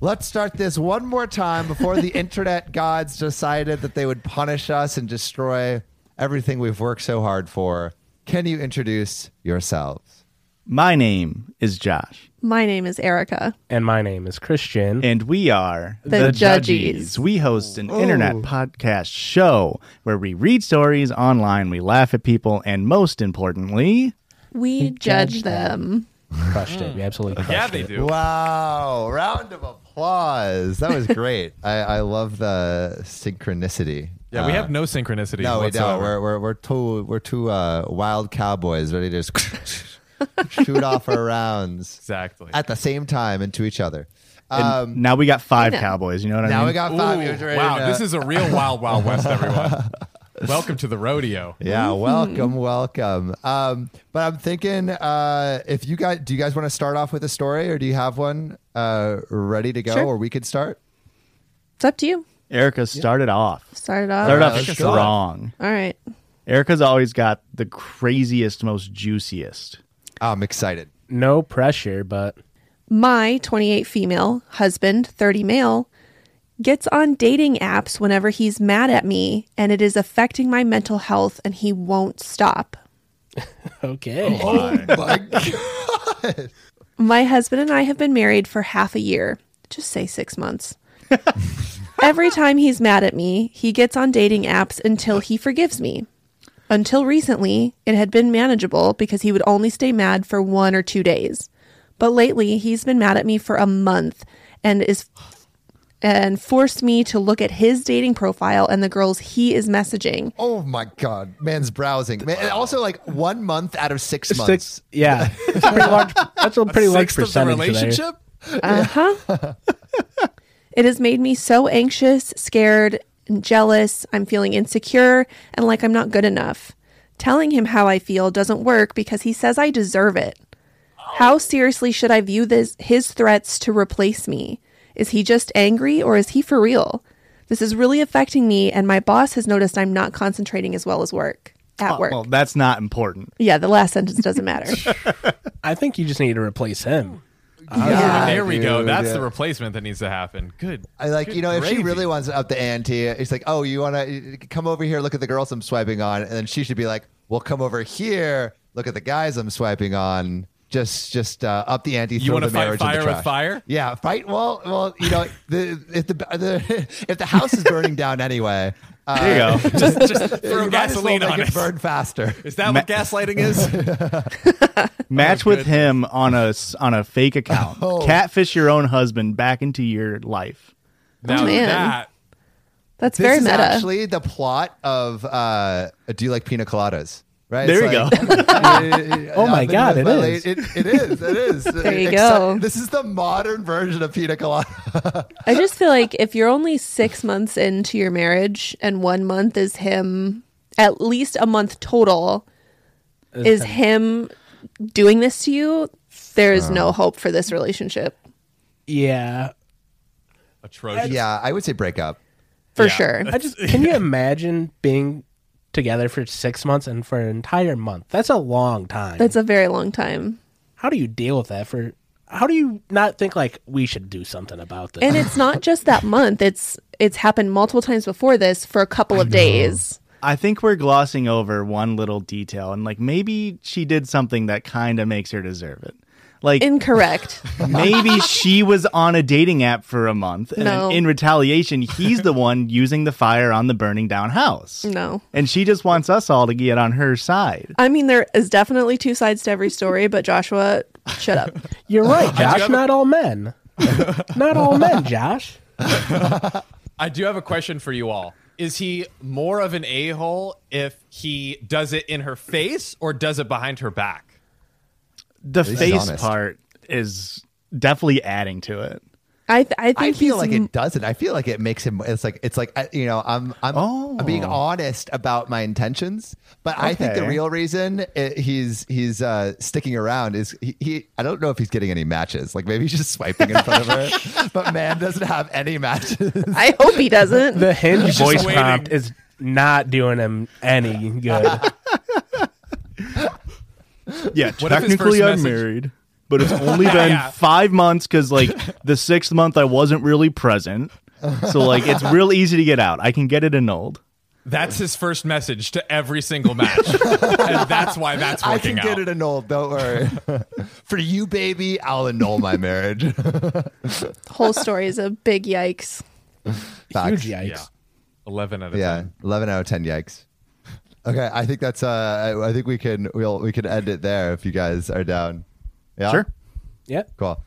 Let's start this one more time before the internet gods decided that they would punish us and destroy everything we've worked so hard for. Can you introduce yourselves? My name is Josh, My name is Erica. And my name is Christian. and we are The Judgies. We host an internet podcast show where we read stories online, we laugh at people, and most importantly, We judge them. crushed it. We Mm. absolutely crushed Yeah, they it. do. Wow. Round of applause. That was great. I, I love the synchronicity. Yeah, we Uh, have no synchronicity. No, we whatsoever. don't. We're, we're, we're two, we're two uh, wild cowboys ready to just shoot off our rounds exactly. at the same time into each other. and Um, now we got five I know. cowboys. You know what I mean? now we got five. Ooh, years ready wow, to- this is a real wild, wild west, everyone. Welcome to the rodeo. Yeah, welcome, welcome. Um, but I'm thinking, uh, if you guys, do you guys want to start off with a story, or do you have one uh, ready to go, Sure. or we could start? It's up to you. Erica started off. Start it off. Started off let's go. strong. All right. Erica's always got the craziest, most juiciest. I'm excited. No pressure, but My 28 female husband, 30 male, gets on dating apps whenever he's mad at me and it is affecting my mental health and he won't stop. okay. Oh, My husband and I have been married for half a year, just say six months. Every time he's mad at me, he gets on dating apps until he forgives me. Until recently, it had been manageable because he would only stay mad for one or two days. But lately, he's been mad at me for a month and is and forced me to look at his dating profile and the girls he is messaging. Oh my god, man's browsing. Man, and also, like one month out of six, months. Six, Oh, yeah. It's a pretty large, that's a pretty large Sixth of the percentage. there. relationship. It has made me so anxious, scared, and jealous. I'm feeling insecure and like I'm not good enough. Telling him how I feel doesn't work because he says I deserve it. How seriously should I view this his threats to replace me? Is he just angry or is he for real? This is really affecting me and my boss has noticed I'm not concentrating as well as work at work. Well, that's not important. yeah, the last sentence doesn't matter. I think you just need to replace him. Ah, Yeah, there we go. dude, That's yeah. the replacement that needs to happen. Good. I like Good you know if she gravy. really wants to up the ante, it's like, oh, you want to come over here, look at the girls I'm swiping on, and then she should be like, well, come over here, look at the guys I'm swiping on. Just, just uh, up the ante. You throw wanna the fight marriage in fire the with trash. fire? Yeah, fight. Well, well, you know, the, if the, the if the house is burning down anyway, uh, There you go. just, just throw you might as well gasoline make on it it. burn faster. Is that what gaslighting is? match with him on a s- on a fake account. Oh. Catfish your own husband back into your life. now man. that That's This very is meta. actually the plot of uh, Do You Like Pina Coladas? Right. There It's you like- Oh my I've been God, with it my is. la- It, it is. It is. There you Except go. This is the modern version of Pina Colada. I just feel like if you're only six months into your marriage and one month is him, at least a month total is him doing this to you, there is no hope for this relationship Yeah. atrocious. yeah, I would say break up. for Yeah. sure. I just can you imagine being together for six months and for an entire month? That's a long time. That's a very long time. how do you deal with that? For how do you not think like we should do something about this? And it's not just that month. It's it's happened multiple times before this for a couple of days. I think we're glossing over one little detail and like maybe she did something that kind of makes her deserve it. Like Incorrect. maybe she was on a dating app for a month and No. in retaliation he's the one using the fire on the burning down house. No. And she just wants us all to get on her side. I mean, there is definitely two sides to every story, but Joshua, shut up. You're right, Josh. have- Not all men. not all men, Josh. I do have a question for you all. Is he more of an a hole if he does it in her face or does it behind her back? The least he's face honest. part is definitely adding to it. I th- I think I feel he's like it doesn't. I feel like it makes him. It's like it's like I- you know. I'm I'm, Oh. I'm being honest about my intentions, but I think the Okay. real reason it, he's he's uh, sticking around is he, he. I don't know if he's getting any matches. Like maybe he's just swiping in front of her, but man doesn't have any matches. I hope he doesn't. The hinge just voice waiting. prompt is not doing him any good. Yeah, What if his first technically I'm message- married. but it's only been five months because like the sixth month I wasn't really present. So like it's real easy to get out. I can get it annulled. That's his first message to every single match, and that's why that's I working can get out. it annulled. Don't worry. For you, baby, I'll annul my marriage. Whole story is a big yikes. Facts. Huge yikes. Yeah, eleven out of Yeah, ten. eleven out of ten. Yikes. Okay, I think that's. Uh, I, I think we can. We'll we can end it there if you guys are down. Yeah. Sure. Yep. Cool.